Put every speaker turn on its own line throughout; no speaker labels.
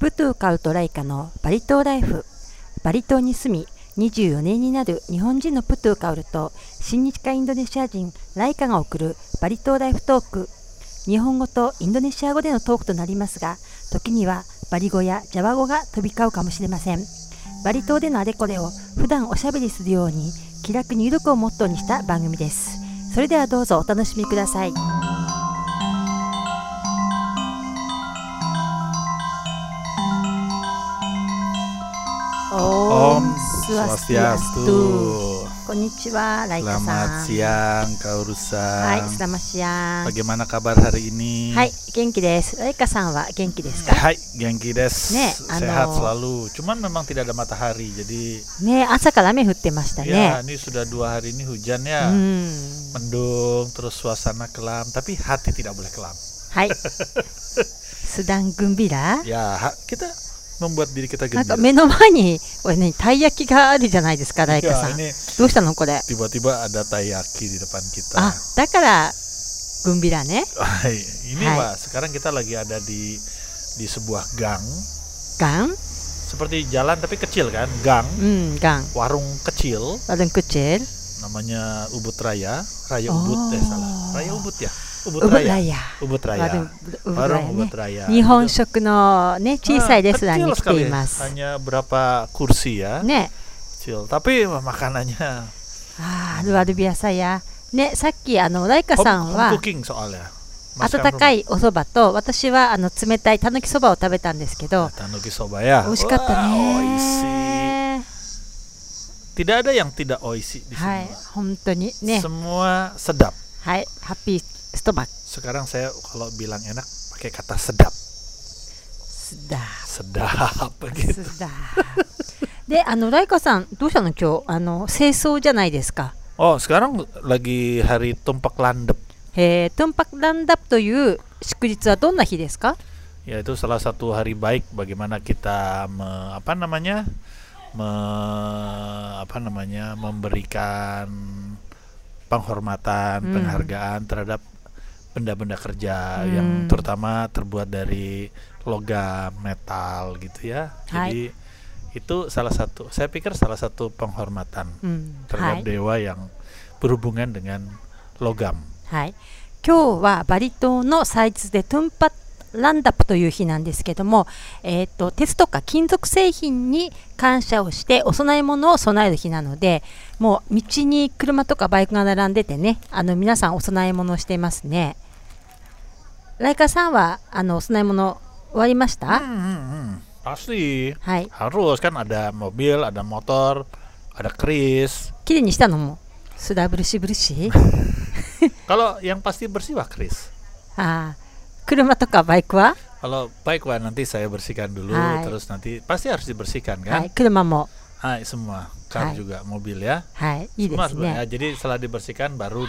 プトゥカウトライカのバリ島ライフバリ島に住み24年になる日本人のプトゥカウルと親日家インドネシア人ライカが送るバリ島ライフトーク日本語とインドネシア語でのトークとなりますが時にはバリ語やジャワ語が飛び交うかもしれませんバリ島でのあれこれを普段おしゃべりするように気楽に入力をモットーにした番組ですそれではどうぞお楽しみくださいオームスワスティアスト
Swastiastu.
こんにちはライカさん
Selamat siang, Kak Urusan.
はい、スラマシアン。
Bagaimana kabar hari ini?
はい、元気です。ライカさんは元気ですか。
Hai, Genki Des.
Ne,
Sehat
ano-
selalu. Cuman memang tidak ada matahari, jadi
ね、朝から雨降ってましたね。
ya ini sudah dua hari ini
う
hujan ya.
ん、
Mendung, terus suasana kelam, tapi hati tidak boleh kelam.
はい。スダングンビラ。
Ya, ha- kita membuat diri kita
なんか
gembira.
目の前に、これね、たい焼きがあるじゃないですか、ライカ
Ya,
さん。
ini
どうしたの、これ。
tiba-tiba ada taiyaki di depan kita.
あ、だから。グンビラね。
Hai, ini
Hai.
Wak, sekarang kita lagi ada di di sebuah gang,
ガン。
seperti jalan tapi kecil kan, gang,
うん、ガン。
warung kecil
ワルンクチェル。
namanya Ubud Raya, Raya
Oh.
Ubud eh salah, Raya Ubud ya, Ubud
ウブラ
Raya,
ヤ。
Ubud
ワ
Raya,
ルンウブラヤね
warung Ubud。Raya.
日本
Jadi,
食のね、小さい
ah,
レストラン
kecil
に来て
sekali,
います。
hanya berapa kursi ya,
ね。
kecil, tapi makanannya
あールアルビアサやねさっきあのライカ
home,
さん
home
は
cooking soalnya,
温
Masakan
かいお蕎麦と私はあの冷たいたぬきそばを食べたんですけ
rumah.
ど
Tanuki soba ya,
美味しかった
Wah, oishi.
ね
tidak ada yang tidak oishi di
はい
sini.
本当にね
Semua sedap.
はいハッピーストマック
Sekarang saya kalau bilang enak pakai kata sedap.
スだ
Sedap
ス
begitu.
だ であのライカさんどうしたの今日あの清掃じゃないですか
Oh, sekarang lagi hari tumpak landep.
えー、トンパクランダップという祝日はどんな日ですか
Yaitu salah satu hari baik bagaimana kita me- apa namanya? Me- apa namanya? memberikan penghormatan,
Hmm.
penghargaan terhadap benda-benda kerja
Hmm.
yang terutama terbuat dari logam metal gitu ya.
Hai.
Jadi itu salah satu saya pikir salah satu penghormatan
うんは
terhadap
い
dewa yang berhubungan dengan logam.
はい、今日はバリ島の祭日でトゥンパランダプという日なんですけども、えー、と鉄とか金属製品に感謝をしてお供え物を備える日なのでもう道に車とかバイクが並んでてねあの皆さんお供え物をしてますねライカさんはあのお供え物終わりました、
Hmm, hmm, hmm. Pasti
はい、
harus kan ada mobil, ada motor, ada keris.
きれいにしたのもスダブルシブル シ
Kalau yang pasti bersih wah keris.
あー車とかバイクは、
Kalau baik wah nanti saya bersihkan dulu,
Hai.
terus nanti pasti harus dibersihkan
は
kan?
い、車も、
Hai semua,
Hai. Iya,
kan juga mobil ya.
はい、いいで
Semua
す
sebenarnya.
ね。
Jadi setelah dibersihkan baru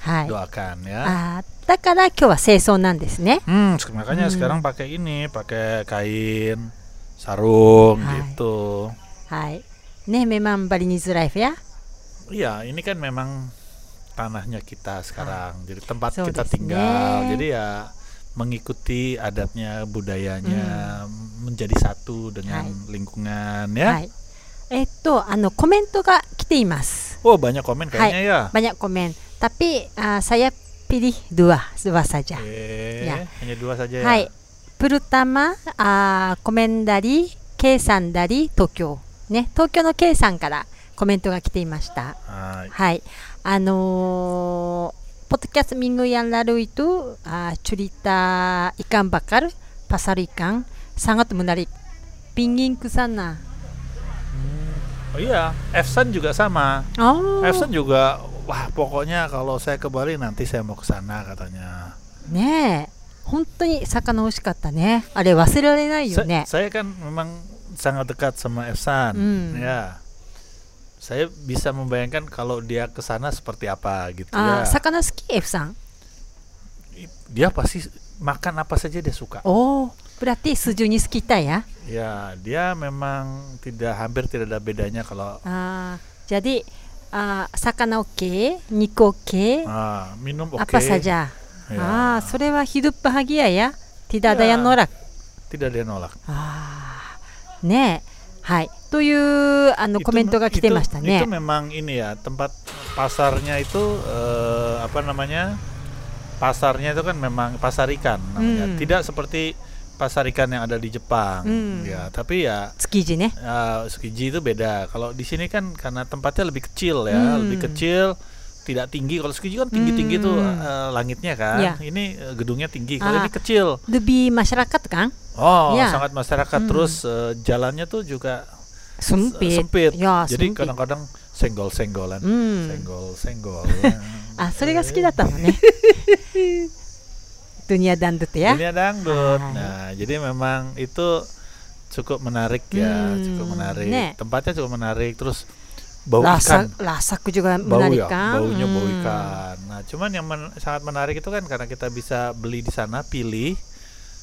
はい、
didoakan ya.
あーだから今日は清掃なんですね。
Hmm, sek- makanya
Hmm.
sekarang pakai ini, pakai kain, sarung
Hai.
gitu.
はい。ね、メマンバリニーズライフや。
Iya, ini kan memang tanahnya kita sekarang. Jadi tempat
Ah, So
kita
desu ne.
tinggal. Jadi ya mengikuti adatnya, budayanya
Hmm.
menjadi satu dengan lingkungan
は
ya.
い。えっと、あのコメントが来ています。
Oh, banyak komen
Hai.
kayaknya ya.
banyak komen. Tapi uh, saya pilih dua, dua saja.
Eh,
Ya.
hanya dua saja
は
ya.
い。プルタマ、あーコメンダリ、K さんだり、東京。ね、東京の K さんからコメントが来ていました。
Hai.
はい。あのーポッドキャストミングやラルイと、あーチュリタイカンバカル、パサルイカン、サガトムナリ、ピンギンクサナ。
Oh iya, Efsan juga sama.
あ
Efsan juga wah pokoknya kalau saya ke Bali nanti saya mau ke sana katanya.
ねえ、本当に魚美味しかったね。あれ忘れられないよ
Sa-
ね。
saya kan memang sangat dekat sama Efsan.
Hmm.
Ya. Saya bisa membayangkan kalau dia ke sana seperti apa gitu
あー
ya.
魚好き、F さん。
Dia pasti makan apa saja dia suka.
おお、ブラティスジュニスキタや。
Ya, dia memang tidak hampir tidak ada bedanya kalau
あーじゃで、あー魚 OK、肉 OK、
ah, minum oke.
アパサジャー。
Ya.
ああ、それはヒドゥッパハギアや、ティダダヤノラ
tidak ada yang nolak
ああねえはいというあの
Itu
コメント
me-
が来て
itu-
ました
Itu
ね
memang ini ya tempat pasarnya itu eh, apa namanya pasarnya itu kan memang pasar ikan namanya.
Hmm.
Tidak seperti pasar ikan yang ada di Jepang
Hmm.
ya. Tapi ya
築地ね
eh, Tsukiji itu beda. Kalau di sini kan karena tempatnya lebih kecil ya,
Hmm.
lebih kecil tidak tinggi kalau Tsukiji kan tinggi-tinggi tuh
Hmm.
eh, langitnya kan.
Ya.
Ini eh, gedungnya tinggi. Kalau
Ah.
ini kecil.
ルビーマシャラカットかん
Oh,
Ya.
sangat masyarakat
Hmm.
terus eh, jalannya tuh juga
スンピ
sempit.
いやスン
Jadi
ピ
kadang-kadang senggol-senggolan.
うん、
Senggol, senggol.
あそれが好きだったの ねドゥニアダンドゥテや
Dunia dangdut.
Hai.
Nah, jadi memang itu cukup menarik ya,
Hmm,
cukup menarik.
ne.
Tempatnya cukup menarik. Terus bau
ラ
ikan,
サラサクジュが
bau
ナリ
ya,
カン
baunya bau
うん
ikan. Nah, cuman yang men- sangat menarik itu kan karena kita bisa beli di sana, pilih,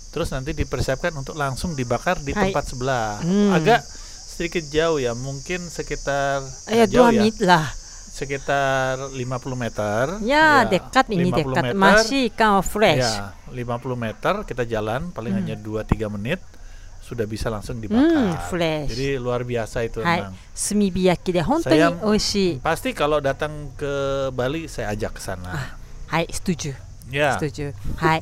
terus nanti dipersiapkan untuk langsung dibakar di
Hai.
tempat sebelah.
Hmm.
Agak sedikit jauh ya, mungkin sekitar
いやドア
jauh ya.
ミラ
sekitar 50 meter.
いやでっかっいに
50
でっかっ
meter.
マシーカンはフレッシュ
Ya, 50 meter kita jalan paling
Hmm.
hanya 2 3 menit sudah bisa langsung
うん
dibakar.
フレッシ
Jadi luar biasa itu
ュはい
memang.
炭火焼きで本当に美味しい
Pasti kalau datang ke Bali saya ajak ke
Ah,
sana.
はいストゥジュ
Ya.
ストゥジュはい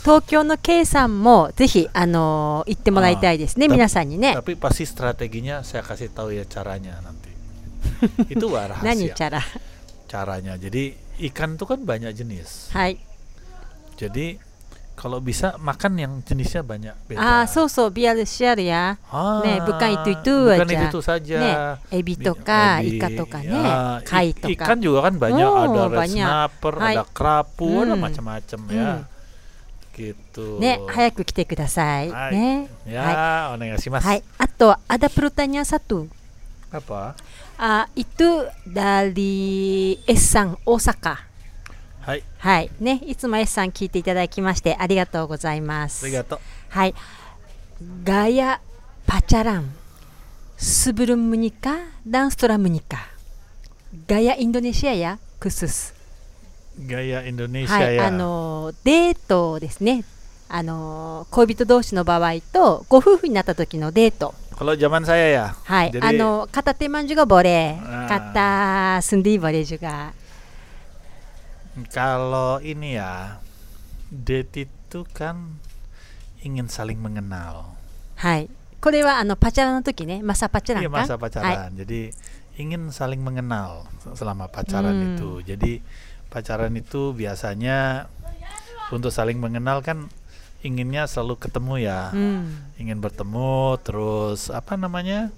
東京の K さんもぜひあのー行ってもらいたいですね
あ
皆さんにね
Tapi pasti strateginya saya kasih tahu ya caranya nanti. itu wah
何
rahasia
チャラ
caranya. Jadi ikan tuh kan banyak jenis.
はい
Jadi kalau bisa makan yang jenisnya banyak beda.
ああそうそうビアルシアルや
Ah,
Ne, Ah, bukan itu itu
bukan
aja.
itu saja.
Ne, エビとか
Ebi,
イカとかね
Iya. ya.
貝
I-
とか
Ikan juga kan banyak
Oh,
ada red
banyak.
snapper,
Hai.
ada kerapu, ada
Hmm.
macam-macam ya.
Hmm.
Gitu.
ね早く来てください
はい
ね
Ya, onegaishimasu.
はいあとアダプロタニャサトゥ
Apa?
Ah, itu dari S さん大阪
Hai,
はいねいつも S さん聞いていただきましてありがとうございますは
arigato.
いガヤパチャランスブルムニカダンストラムニカガヤインドネシアやクスス
Gaya
は
Indonesia
い
ya.
あのデートですねあの恋人同士の場合とご夫婦になった時のデート
Kalau zaman saya ya.
はい、
Jadi-
あの片手マンジュがボレー、
あー
片スンディーボレージュが
Kalau ini ya, date itu kan ingin saling mengenal.
はい。これはあのパチャラの時ね、マサパチャラン
Iya
か。
masa
はい。
pacaran. Jadi ingin saling mengenal selama pacaran
Hmm.
itu. Jadi pacaran itu biasanya untuk saling mengenal kan inginnya selalu ketemu ya.
Hmm. うん。
Ingin bertemu terus apa namanya?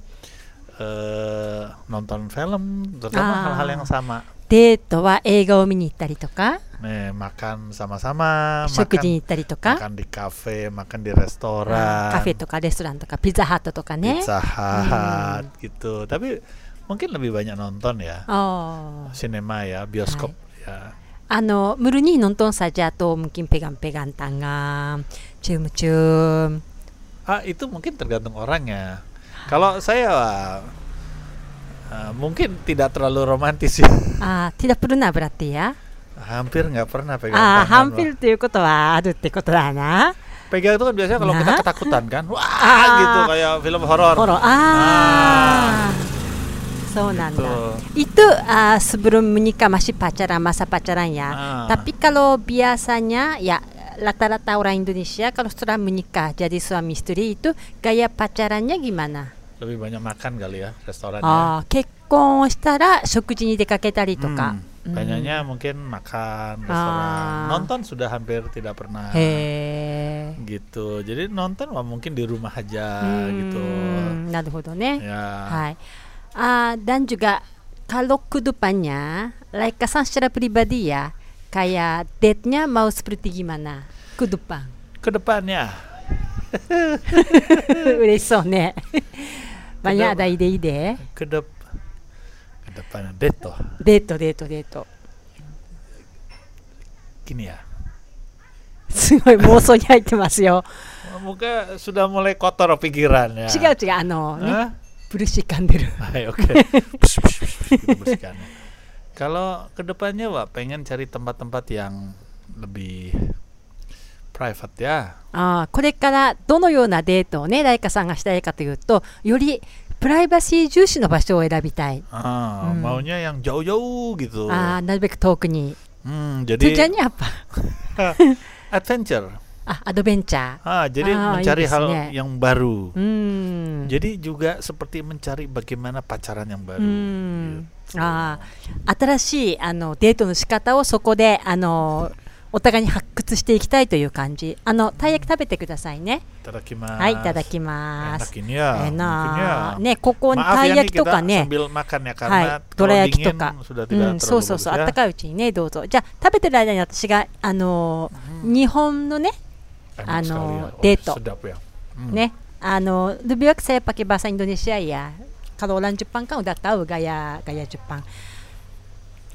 eh nonton film terutama
Ah.
hal-hal yang sama.
デートは映画を見に行ったりとか、
Nih, makan sama-sama,
食事に
makan
行ったりとか、
makan di kafe, makan di
うん
restoran.
カフェとかレストランとかピザハットとかね。
Pizza
Hmm.
Hut gitu. Tapi mungkin lebih banyak nonton ya.
あー
sinema ya, bioskop ya.
あのムルニーノントンサジャトムキンペガンペガンタンガンチュームチューム
Ah, itu mungkin tergantung orangnya. Kalau saya wah, ah, mungkin tidak terlalu romantis ya.
あーティダプルナブラティア
Hampir nggak pernah pegang
あー
tangan.
ハ
Wah.
ンフィルということはあるってことだな
Pegang itu kan biasanya kalau kita
Nah.
ketakutan kan. Wah,
Ah.
gitu kayak film horor.
フォローあーそうなんだ
Gitu.
Itu uh, sebelum menikah masih pacaran masa pacaran ya.
Ah.
Tapi kalau biasanya ya rata-rata orang Indonesia kalau setelah menikah jadi suami istri itu gaya pacarannya gimana?
lebih banyak makan kali ya restorannya.
Ah, kekkon shitara shokuji ni dekaketari
Hmm,
toka. Hmm.
Banyaknya mungkin makan restoran.
Ah.
Nonton sudah hampir tidak pernah.
He.
Gitu. Jadi nonton wah mungkin di rumah aja gitu.
Hmm, なるほどね。
Ya.
Hai. Ah, dan juga kalau kehidupannya, Laika San secara pribadi ya, kayak date-nya mau seperti gimana? Kehidupan.
Kedepannya.
嬉しそう ね。まあ、
けど
やだ、いでいいで。
kedep kedepan deto
デート、デート、デート。
gini ya
すごい妄想に入ってますよ。
muka sudah mulai kotor pikirannya
違う違う、あのね、
Hah?
ブルシ噛んでる。
Hai, oke Psh, psh, psh, gitu bersihkannya. kalau kedepannya pak pengen cari tempat-tempat yang lebih private ya? や
あーこれからどのようなデートをねライカさんがしたいかというとよりプライバシー重視の場所を選びたい、
ah,
Hmm. Ah.
maunya yang jauh-jauh gitu
あーなるべく遠くに
hmm,
2
jadi
にやっぱ
adventure
あアドベンチャー
ah jadi
Ah,
mencari
iya
hal
sih, ya. Hmm.
yang baru
うーん
jadi juga seperti mencari bagaimana pacaran yang
う
baru
ーん
gitu.
ああ新しいあのデートの仕方をそこであのお互いに発掘していきたいという感じあのたい焼き食べてくださいね
Itadakimasu.
はいいただきます
enak ini ya
えー
mungkin ya.
なあねここに
Maaf
たい
ya
焼
nih
きと
kita
かね
sambil makan ya
は
karena
い、ど
kalau
ら焼き
dingin
とか、
sudah
う
tidak
ん、そう
terlalu
そうそう、あった
bagus ya.
かいうちにね、どうぞ、じゃあ、食べてる間に私が、あのー日本のね、
Enak
Ano,
sekali ya. Oh,
deto.
Sedap ya. Hmm.
ね、あのルビワクサヤパケバサインドネシアや、カローランジュパンカウダカウガヤガヤジュパン。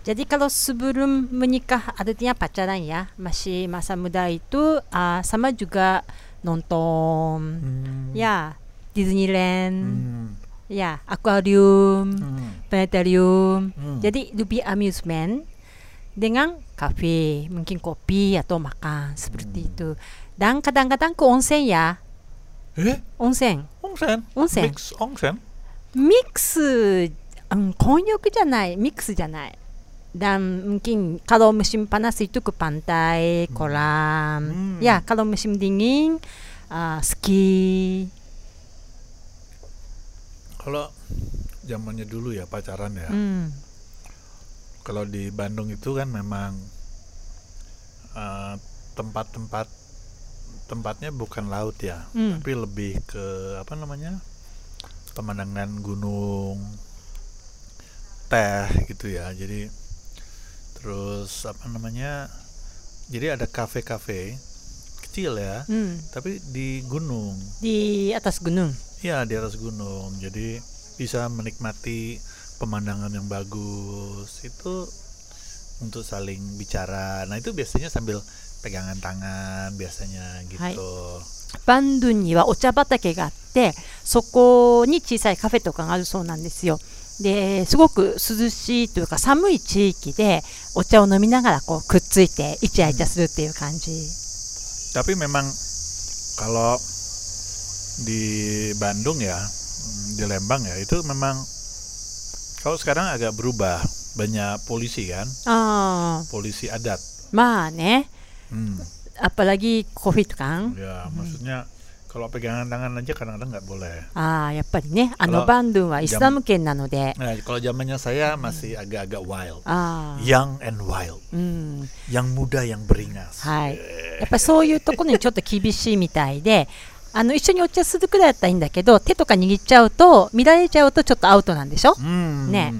Jadi kalau sebelum menikah artinya pacaran ya masih masa muda itu ah, sama juga nonton
Hmm.
ya Disneyland
Hmm.
ya akuarium
Hmm.
planetarium.
Hmm.
Jadi lebih amusement dengan kafe, mungkin kopi atau makan seperti itu. Dan kadang-kadang ke onsen ya,
Eh,
onsen,
onsen.
onsen.
Mix onsen.
ミックス、うん、混浴じゃない、ミックスじゃない。Dan mungkin kalau musim panas itu ke pantai, kolam.
Hmm.
Ya, kalau musim dingin, ah, ski.
Kalau zamannya dulu ya pacaran ya.
Hmm.
Kalau di Bandung itu kan memang eh, tempat-tempat tempatnya bukan laut ya,
Hmm.
tapi lebih ke apa namanya? pemandangan gunung, teh gitu ya. Jadi terus apa namanya? Jadi ada kafe-kafe kecil ya,
Hmm.
tapi di gunung.
Di atas gunung.
Ya di atas gunung, jadi bisa menikmati pemandangan yang bagus itu untuk saling bicara. Nah itu biasanya sambil pegangan tangan biasanya gitu.
バンドゥンにはお茶畑があってそこに小さいカフェとかがあるそうなんですよですごく涼しいというか寒い地域でお茶を飲みながらこうくっついてイチャイチャするっていう感じ、
Tapi memang kalau di Bandung ya, di Lembang ya itu memang kalau sekarang agak berubah banyak polisi kan,
ああ
polisi adat.
まあね
Hmm.
アッパラギコフィとかん
Ya maksudnya kalau pegangan tangan aja kadang-kadang nggak boleh.
ああやっぱりねあ
あら
のバンドゥンはイスラム圏なので
Nah, kalau zamannya saya masih agak-agak wild.
Ah. ああ
Young and wild.
うん、
Yang muda yang beringas.
はい、やっぱりそういうところにちょっと厳しいみたいで、あの一緒にお茶するくらいだったらいいんだけど、手とか握っちゃうと、見られちゃうとちょっとアウトなんでしょ、
Hmm.
Nek.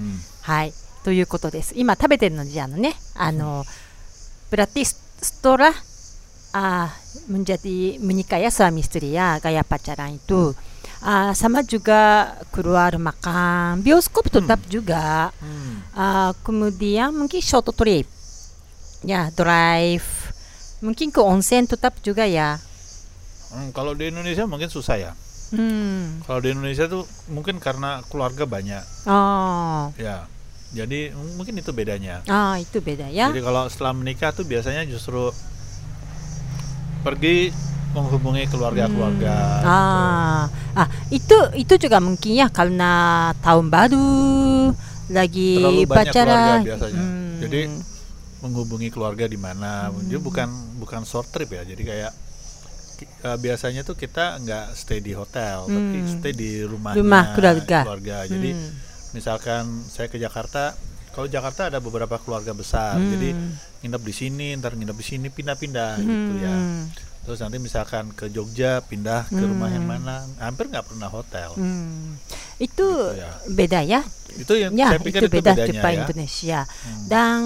はい、ということです。今食べてるのじゃあのね、あの、プラティストラ、あー、menjadi menikah ya suami istri ya gaya pacaran itu. Ah, sama juga keluar makan, bioskop tetap juga.
Hmm.
Ah, kemudian mungkin short trip, ya drive, mungkin ke onsen tetap juga ya.
Hmm, Kalau di Indonesia mungkin susah ya.
Hmm.
Kalau di Indonesia tuh mungkin karena keluarga banyak.
Oh,
Ya. Jadi m- mungkin itu bedanya.
ah itu beda ya.
Jadi kalau setelah menikah tuh biasanya justru pergi menghubungi keluarga-keluarga. gitu.
Ah, ah itu itu juga mungkin ya karena tahun baru lagi
Terlalu banyak
pacaran.
keluarga biasanya.
Hmm.
Jadi- ah, menghubungi keluarga di mana. Jadi bukan bukan short trip ya. Jadi kayak ki- eh, biasanya tuh kita nggak stay di hotel, tapi
Hmm.
stay di rumah
Rumah keluarga.
Jadi ah,
Hmm.
misalkan saya ke Jakarta, kalau Jakarta ada beberapa keluarga besar.
Hmm.
Jadi nginep di sini, ntar nginep di sini, pindah-pindah gitu ya.
Hmm.
Terus nanti misalkan ke Jogja, pindah ke rumah yang mana, hampir nggak pernah hotel.
Hmm. Itu
Gitu ya.
beda ya.
Itu yang
Ya,
saya pikir
itu
itu,
beda
bedanya
Jepang
ya.
Indonesia.
Hmm.
Dan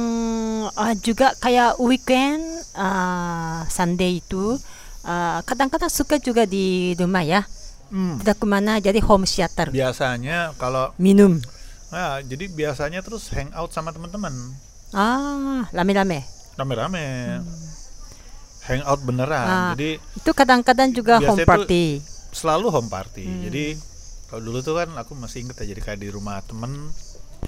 ah, juga kayak weekend ah, Sunday itu ah, kadang-kadang suka juga di rumah ya.
Hmm.
Tidak kemana jadi home
Iya.
theater.
Biasanya kalau
Minum.
nah, jadi biasanya terus hangout sama teman-teman.
Ah, rame-rame.
rame-rame hangout beneran
Hmm. Ah.
jadi
Itu kadang-kadang juga
Biasanya
home
tuh-
party.
selalu home party
Hmm.
jadi kalau dulu tuh kan aku masih inget ya jadi kayak di rumah temen
Hmm.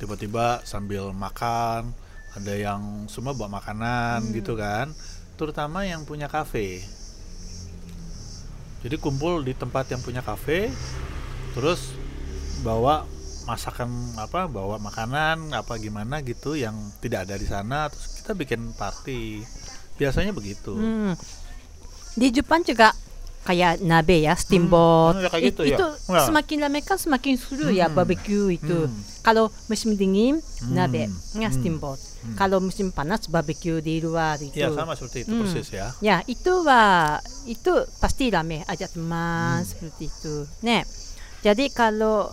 tiba-tiba sambil makan ada yang semua bawa makanan gitu kan terutama yang punya kafe. Jadi kumpul di tempat yang punya kafe, terus bawa masakan apa, bawa makanan apa gimana gitu yang tidak ada di sana, terus kita bikin party. Biasanya begitu.
Hmm. Di Jepang juga kayak nabe ya, steamboat.
Hmm, ya kayak
I-
gitu ya.
itu
Wah.
semakin lama kan semakin seru ya
Hmm.
barbecue itu.
Hmm.
Kalau musim dingin nabe,
Hmm.
ya
Hmm.
steamboat.
Hmm.
Kalau musim panas barbecue di luar itu.
Iya sama seperti itu
Hmm.
persis ya.
Ya, itu wah itu pasti rame ajak teman
Hmm.
seperti itu. Ne. Jadi kalau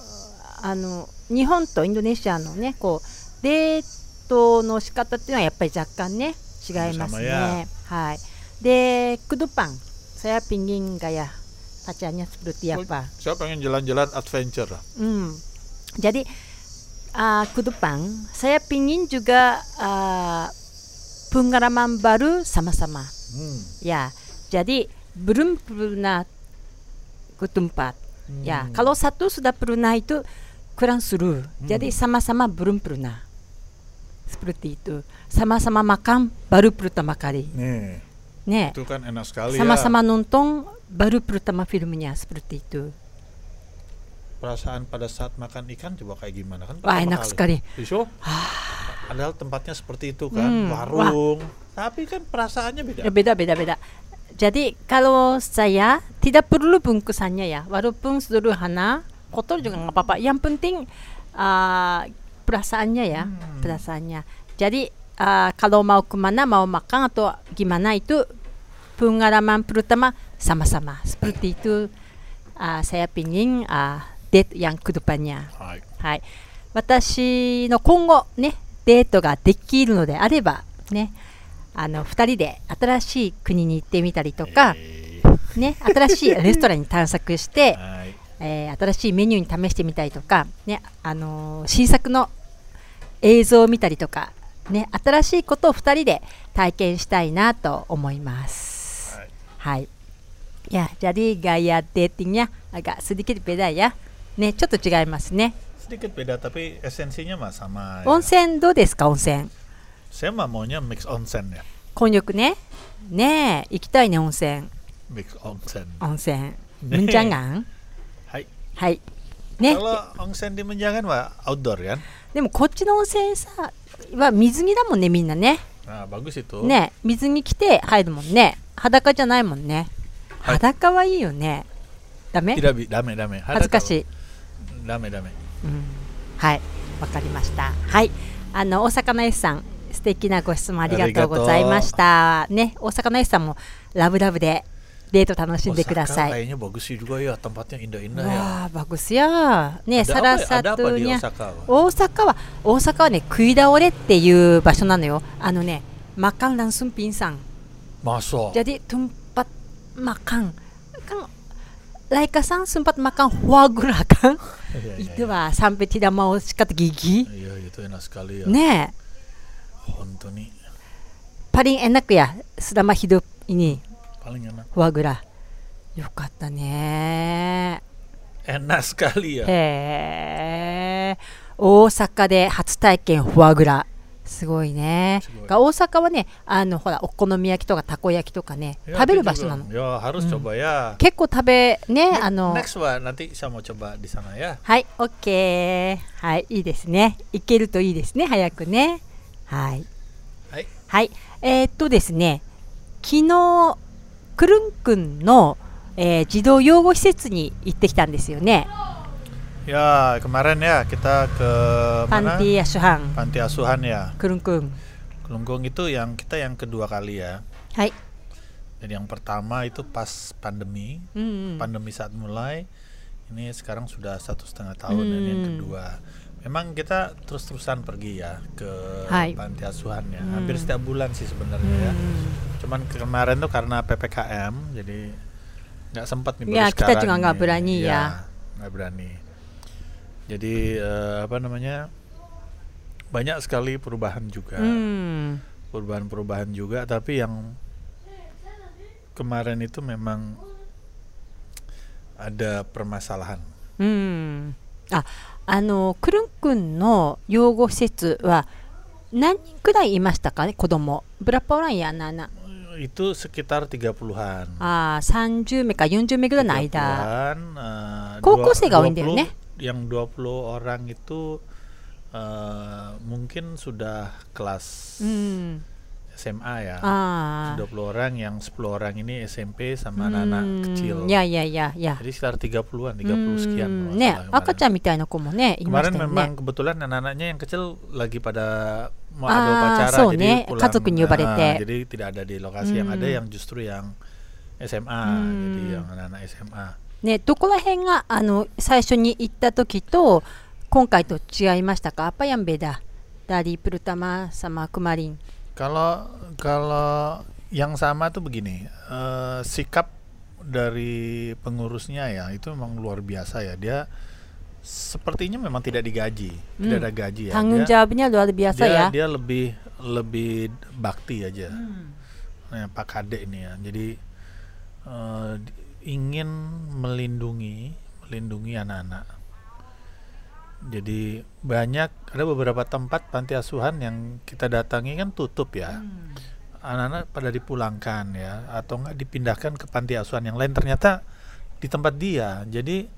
あの日本とインドネシアのねこうデートの仕方っていうのはやっぱり若干ね違います
そうや
ね。はい。で、クドパン、saya pingin gaya pacarnya seperti apa.
Saya pengen jalan-jalan adventure.
Hmm. Jadi ah, ke depan saya pingin juga ah, pengalaman baru sama-sama.
Hmm.
Ya, jadi belum pernah ke tempat. Ya,
Hmm.
kalau satu sudah pernah itu kurang seru. Jadi sama-sama belum pernah. Seperti itu. Sama-sama makan baru pertama kali.
Nih,
Nih,
itu kan enak sekali ya.
sama-sama nonton baru pertama filmnya seperti itu.
Perasaan pada saat makan ikan coba kayak gimana kan?
Wah,
pertama
enak
kali.
sekali. Ah.
Isu? Padahal tempatnya seperti itu kan,
Hmm,
warung. Tapi kan perasaannya beda.
Ya, beda beda beda. Jadi kalau saya tidak perlu bungkusannya ya, walaupun sederhana, kotor juga nggak apa-apa. Yang penting ah, perasaannya ya,
Hmm.
perasaannya. Jadi ah, kalau mau kemana, mau makan atau gimana itu pengalaman pertama sama-sama. Seperti itu ah, saya pingin ah, date yang kedepannya.
はい。
はい、私の今後ねデートができるのであればねあの2人で新しい国に行ってみたりとか、
え
ね、新しいレストランに探索し
ー
て、
はい。
えー新しいメニューに試してみたりとか、ねあのー新作の映像を見たりとか、ね、新しいことを2人で体験したいなと思います。
はい。
はい。や、jadi gaya datingnya agak sedikit beda ya。ね、ちょっと違いますね。
Sedikit beda tapi esensinya mah sama. ya.
温泉どうですか温泉
Saya mah maunya mix onsen ya.
混浴ねねえ行きたいね温泉
Mix onsen.
温泉むんじゃがん
Hai.
はいね
Kalau onsen di Menjangan mah outdoor kan.
でもこっちの温泉さは水着だもんねみんなね
Nah, bagus itu.
ねえ水着着て入るもんね裸じゃないもんね
はい
裸はいいよねダメ
Tidak bi- dame dame.
恥ずかしい
Dame dame.
うんはいわかりましたはいあの大阪の S さん素敵なご質問ありがとうございましたね大阪の S さんもラブラブでデート楽しんでください
Osaka kayaknya bagus juga ya tempatnya indah-indah ya.
Wah, bagus ya. Nih,
Ada
salah
apa ya? Ada apa di
satunya.
Osaka?
大阪は、大阪はね、食い倒れっていう場所なのよ。あのね、マカンランスンピンさん。
Masa.
Jadi tempat makan. Kan Laika san sempat makan foie gras kan?
Iya, iya,
Itu wah sampai tidak mau sikat gigi.
Iya, itu enak sekali ya.
Ne,
Honto nih
paling enak ya selama hidup ini
paling enak.
foie gras. よかったね。
Enak
Eh,
sekali ya.
へえ大阪で初体験フォアグラすごいね
すごい
が大阪はねあのほらお好み焼きとかたこ焼きとかね
Ya,
食べ
itu
る場所な
juga.
の
Ya, harus coba ya.
結構食べねあの
Next Wak. nanti saya mau coba di sana ya.
はい OK はいいいですね行けるといいですね早くねはい、
Hai.
はい、えーっとですね昨日くるんくんの、えー児童養護施設に行ってきたんですよね
Ya, kemarin ya kita ke
パン
mana?
ティアシュハン
Panti Asuhan ya.
くるんくん
Kelungkung itu yang kita yang kedua kali ya.
はい、
Dan yang pertama itu pas pandemi.
うんうん、
Pandemi saat mulai. Ini sekarang sudah satu setengah tahun dan yang
Hmm.
kedua. Memang kita terus-terusan pergi ya ke
Hai.
panti asuhan ya.
Hmm.
Hampir setiap bulan sih sebenarnya ya.
うん
Cuman kemarin tuh karena ppkm jadi nggak sempat nih. baru
Ya, kita
sekarang
juga nggak
nih.
berani ya.
Nggak berani. Jadi eh, apa namanya banyak sekali perubahan juga,
Hmm. うん、
perubahan-perubahan juga. Tapi yang kemarin itu memang ada permasalahan.
うん、ああのくるんくんの養護施設は何人くらいいましたかね子供ブラッパオランやなな
Ya, itu sekitar 30-an.
あー30名か40名ぐらいの間
30-an, eh,
Koko
dua-
sih kawin dia,
20
neh.
Yang 20 orang itu eh, mungkin sudah kelas
うん、
SMA ya.
Ah. ああ
20 orang yang 10 orang ini SMP
Hmm.
sama anak-anak kecil.
いやいやいやいや
Jadi sekitar 30-an, 30 sekian.
うん
kalau
ね
nggak salah
赤
kemarin.
ちゃんみたいな子もねいまし
Kemarin
たよね
memang kebetulan anak-anaknya yang kecil lagi pada mau ada
Ah,
upacara
so
jadi
ne,
pulang.
katsukun yobarete.
Ah, jadi tidak ada di lokasi yang ada
Hmm.
yang justru yang SMA,
Hmm.
jadi yang anak-anak SMA.
ねどこら辺があの最初に行った時と今回と違いましたかアパヤンベダダリプルタマサマクマリン
Kalau kalau yang sama tuh begini, eh, sikap dari pengurusnya ya itu memang luar biasa ya. Dia sepertinya memang tidak digaji, tidak
Hmm.
ada gaji
タ
ya.
ングン
Dia-
ジャーブニャルアルビアサヤ
dia dia lebih lebih bakti aja Nah, Pak Kade ini ya jadi eh, di- ingin melindungi melindungi anak-anak jadi banyak ada beberapa tempat panti asuhan yang kita datangi kan tutup ya anak-anak pada dipulangkan ya atau nggak dipindahkan ke panti asuhan yang lain ternyata di tempat dia jadi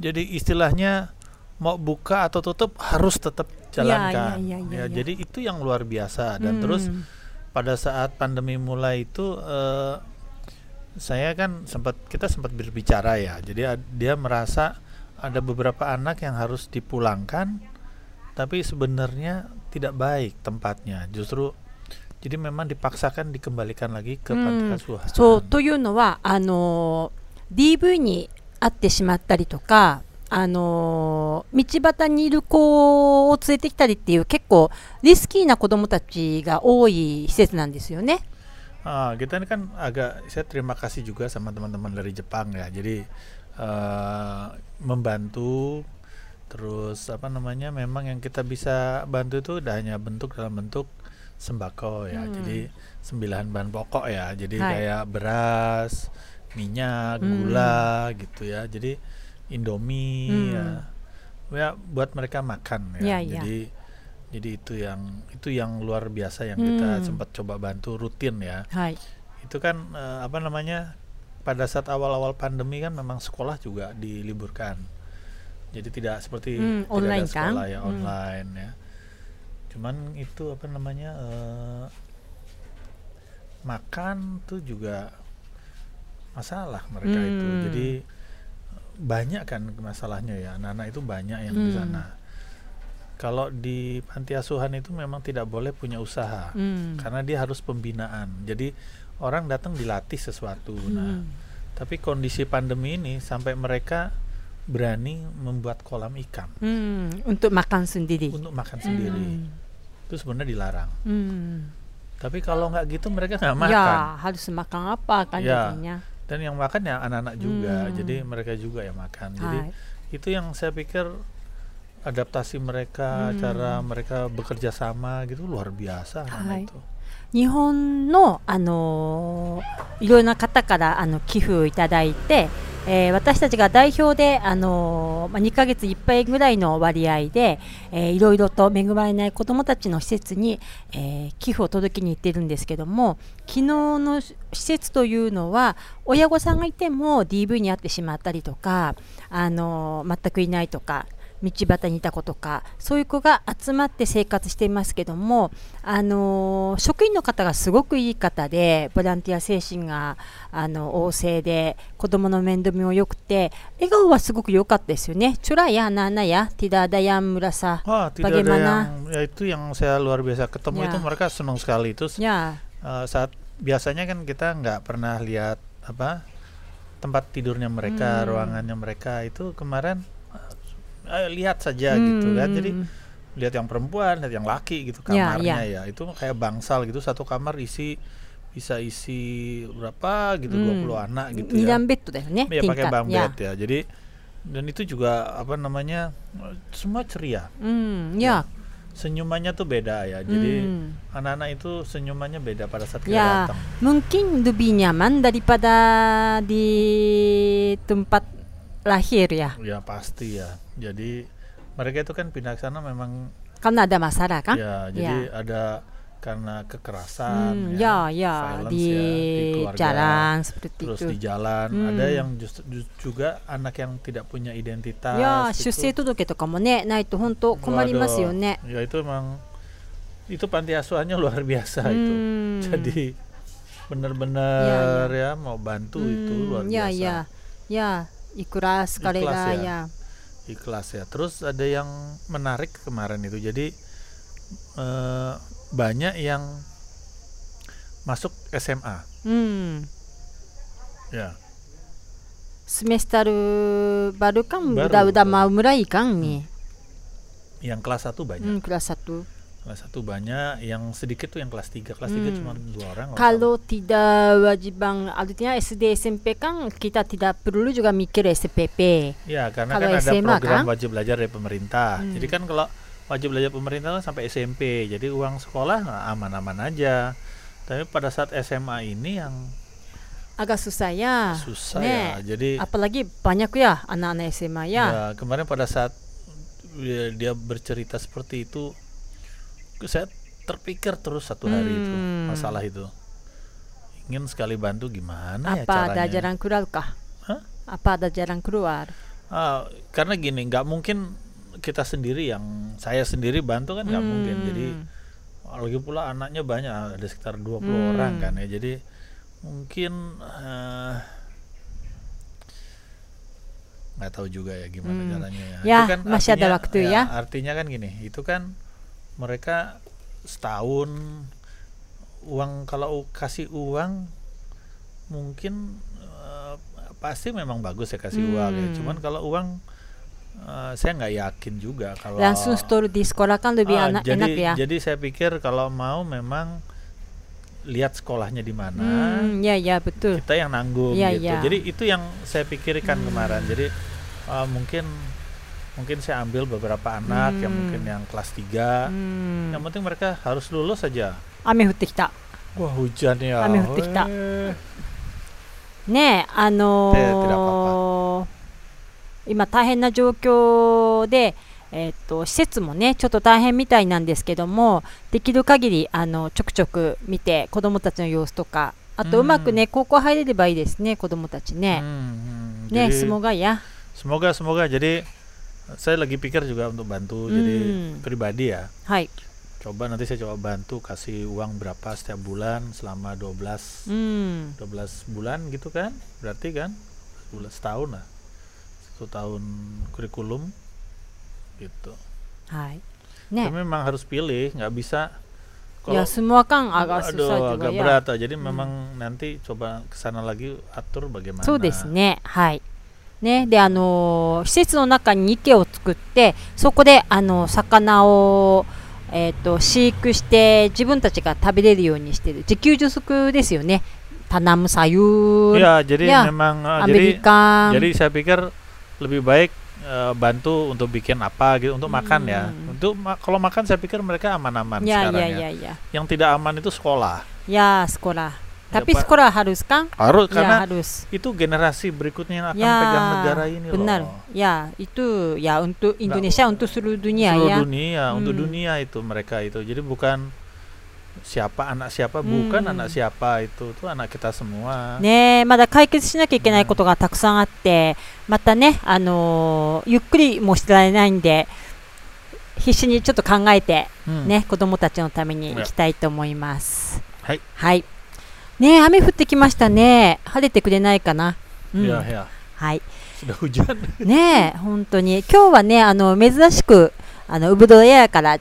jadi istilahnya mau buka atau tutup harus tetap jalankan
ya, ya,
Ya,
ya.
jadi itu yang luar biasa dan
Hmm.
terus pada saat pandemi mulai itu eh, saya kan sempat kita sempat berbicara ya jadi ad- dia merasa ada beberapa anak yang harus dipulangkan tapi sebenarnya tidak baik tempatnya justru jadi memang dipaksakan dikembalikan lagi ke panti
Hmm,
asuhan
そうというのはあの DV に遭ってしまったりとかあの道端にいる子を連れてきたりっていう結構リスキーな子どもたちが多い施設なんですよね。
Ah, kita ini kan agak saya terima kasih juga sama teman-teman dari Jepang ya. Jadi eh, membantu terus apa namanya memang yang kita bisa bantu itu udah hanya bentuk dalam bentuk sembako ya.
Hmm.
Jadi sembilan bahan pokok ya. Jadi
Hai.
kayak beras, minyak,
Hmm.
gula gitu ya. Jadi Indomie
Hmm.
ya. Ya buat mereka makan
Ya, ya.
ya. Jadi jadi itu yang itu yang luar biasa yang
Hmm.
kita sempat coba bantu rutin ya
はい、
itu kan eh, apa namanya pada saat awal-awal pandemi kan memang sekolah juga diliburkan jadi tidak seperti
Hmm,
tidak
online
ada
kan?
sekolah ya
Hmm.
online ya cuman itu apa namanya eh, makan tuh juga masalah mereka itu
Hmm.
jadi banyak kan masalahnya ya anak-anak itu banyak yang di
Hmm.
sana kalau di panti asuhan itu memang tidak boleh punya usaha
うん、
karena dia harus pembinaan. Jadi orang datang dilatih sesuatu.
Hmm.
Nah, tapi kondisi pandemi ini sampai mereka berani membuat kolam ikan
うん、うん、とマカンスンディディ。
untuk makan sendiri.
Hmm.
Itu sebenarnya dilarang.
うん、
Tapi kalau nggak gitu mereka nggak
い
makan.
や、ハルスマカンアッパー感じだね。
Dan yang makan ya anak-anak juga.
Hmm.
Jadi mereka juga yang makan. Jadi
はい。
itu yang saya pikir adaptasi mereka,
Hmm.
cara mereka bekerja sama gitu luar biasa
Hai.
anak itu.
日本の、あのーいろいろな方からあの寄付をいただいて、えー私たちが代表で、あのーまあ、2ヶ月いっぱいぐらいの割合で、えーいろいろと恵まれない子どもたちの施設に、えー寄付を届けに行ってるんですけども昨日の施設というのは親御さんがいても DV に遭ってしまったりとか、あのー全くいないとか道端にいた子とかそういう子が集まって生活していますけども、あのー職員の方がすごくいい方でボランティア精神があの旺盛で子供の面倒見も良くて笑顔はすごく良かったですよね。チュラやナーナやティダーダヤンムラサ
Wah, tidak
Bagaimana?
ada yang ya itu yang saya luar biasa ketemu
Ya.
itu mereka senang sekali itu
いや
Eh, saat biasanya kan kita nggak pernah lihat apa tempat tidurnya mereka,
Hmm.
ruangannya mereka itu kemarin eh, ayo lihat saja gitu kan. Jadi lihat yang perempuan, lihat yang laki gitu
Hmm. Ya,
kamarnya ya. Itu kayak bangsal gitu satu kamar isi bisa isi berapa gitu
Hmm.
20 anak gitu
二
ya.
段ベッドだよね。
Ya
ティン
pakai
カ
bang
いや
bed ya. Jadi dan itu juga apa namanya eh, semua ceria.
うん、いや、
Senyumannya tuh beda ya.
う
Jadi
ん。
anak-anak itu senyumannya beda pada saat
Hmm.
kita
Ya.
datang.
Mungkin lebih nyaman daripada di tempat lahir ya,
Ya pasti ya. Jadi mereka itu kan pindah ke sana memang
karena ada masalah kan?
ya. Jadi ada karena
Hmm,
kekerasan
ya ya
violence
di,
keluarga,
jalan seperti
terus
itu.
di jalan
Hmm.
ada yang justru ju- juga anak yang tidak punya identitas
い
gitu.
やー
Ya, itu.
出生届とかもねないと本当困りますよね。
ya itu emang itu panti asuhannya luar biasa
う
itu
ん
jadi benar-benar ya, Hmm, mau bantu itu
うん
luar
いや
biasa
いやいやいくら好かれが
Ikhlas ya.
いや
ikhlas ya terus ada yang menarik kemarin itu jadi eh, banyak yang masuk SMA
うん。
ya
スメスタルバルカン
Baru,
ウダウダ
baru.
マウムライカンに、
yang kelas 1 banyak
うん、クラサト。
kelas 1 banyak yang sedikit tuh yang kelas 3 kelas
Hmm.
3 cuma dua orang kalau
Kalau tidak wajiban artinya SD SMP kan kita tidak perlu juga mikir SPP.
salah. ya karena
kalau
kan ada
SMA
program
kan?
wajib belajar dari pemerintah
Hmm.
jadi kan kalau wajib belajar pemerintah kan sampai SMP jadi uang sekolah nah, aman-aman aja tapi pada saat SMA ini yang
Agak susah ya.
susah
Nek,
ya jadi
Apalagi banyak ya anak-anak SMA ya.
Ya, kemarin pada saat dia, dia bercerita seperti itu, ke- saya terpikir terus satu hari itu
Hmm.
masalah itu. Ingin sekali bantu gimana ya
Apa ada
caranya?
jarang keluar kah?
Hah?
Apa ada jarang keluar?
Ah, karena gini, nggak mungkin kita sendiri yang saya sendiri bantu kan
Hmm.
nggak mungkin. Jadi lagi pula anaknya banyak ada sekitar 20
Hmm.
orang kan ya. Jadi mungkin eh, nggak tahu juga ya gimana
Hmm.
caranya ya.
Ya, masih ada waktu ya.
Artinya kan gini, itu kan mereka setahun uang kalau u- kasih uang mungkin eh, pasti memang bagus ya kasih uang ya.
Hmm.
Cuman kalau uang eh, saya nggak yakin juga kalau
langsung store di sekolah kan lebih
Ah,
anak-
jadi,
enak ya.
Jadi saya pikir kalau mau memang lihat sekolahnya di mana,
Hmm, ya ya betul.
kita yang nanggung
Iya,
gitu.
iya. Hmm.
Jadi itu yang saya pikirkan kemarin. Jadi ah, mungkin mungkin saya ambil beberapa anak yang
Hmm.
mungkin yang kelas 3.
Hmm.
Yang penting mereka harus lulus saja.
雨降ってきた。
Wah, hujan ya.
Kami harus kita.
Weh.
ねえあの
手手だパ
ー今大変な状況で、えーっと施設もねちょっと大変みたいなんですけどもできる限りあのちょくちょく見て子どもたちの様子とかあと
う
う
ん
まくね高校入れればいいですね子どもたちね。
Hmm, hmm.
ねえ
Jadi,
相撲がや。
semoga semoga jadi saya lagi pikir juga untuk bantu jadi
Hmm.
pribadi ya.
はい。
coba nanti saya coba bantu kasih uang berapa setiap bulan selama 12
うん。
12 bulan gitu kan berarti kan bulan setahun lah satu tahun kurikulum gitu
はい。ね
tapi memang harus pilih nggak bisa
いや
kalau
相撲はかんあが
aduh,
すさ
agak
や。
berat lah. jadi memang nanti coba kesana lagi atur bagaimana
そうですね。はい。ね、で、あのー施設の中に池を作って、そこで、あのー魚を、えっ、と、飼育して、自分たちが食べれるようにしてる。自給自足ですよね。タナムサユー、
ya jadi
Ya,
memang eh,
アメ
jadi
リカン。
Jadi saya pikir lebih baik eh, bantu untuk bikin apa gitu untuk makan ya.
Hmm.
Untuk ma- kalau makan saya pikir mereka aman-aman
いやい
sekarang
や
ya.
いやいや。
Yang tidak aman itu sekolah.
いやー、スコラ。タピ
Pak.
スコラハルスカン。い
Harus
や、ハ
karena
ルス。
itu generasi berikutnya yang akan pegang negara
Ya, Ya,
ini
benar.
loh.
Ya, itu ya untuk Indonesia, untuk seluruh dunia
Seluruh
ya.
dunia, untuk
Hmm.
dunia itu mereka itu. Jadi bukan siapa anak siapa,
Hmm.
bukan anak siapa itu. Itu anak kita semua.
ねえまだ解決しなきゃいけないことがたくさんあって、またね、あのーゆっくりもしてられないんで、必死にちょっと考えて、
Hmm.
ね、子供たちのためにいきたいと思います。
はい。
はい。ねえ雨降ってきましたね。晴れてくれないかな。うん。
Ya, ya.
はい。
Sudah hujan.
ねえ、本当に。今日はね、あの、珍しく、あの、ウブドエアから、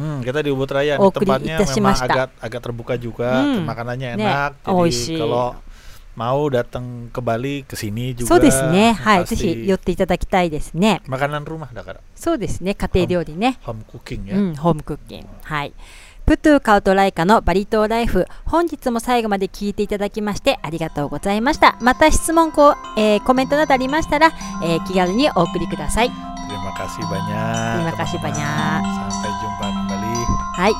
Hmm, kita di Ubud Raya nih,
Okuri
tempatnya memang
itashimashita.
agak agak terbuka juga,
Hmm. Oh,
makanannya
Ne,
enak.
oishii.
Jadi kalau mau datang ke Bali ke sini juga.
そうですね。はい。ぜ
pasti
ひ寄っていただきたいですね。
makanan rumah da kara,
そうですね。家庭料理ね。
home cooking
う
ya.
ん、ホームクッキング。はい。プトゥーカウトライカのバリ島ライフ。本日も最後まで聞いていただきましてありがとうございました。また質問こ、えーコメントなどありましたら、えー気軽にお送りください。
Terima kasih banyak.
Terima kasih
teman-teman.
banyak.
Sampai jumpa kembali.
はい。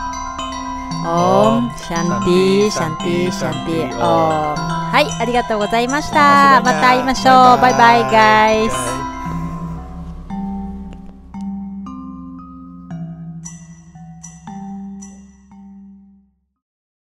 オームシャンティーシャンティーシャンティーオームはい、ありがとうございました。
Terima kasih
また会いましょう。
banyak.
バイバイ、ガイス。
Guys.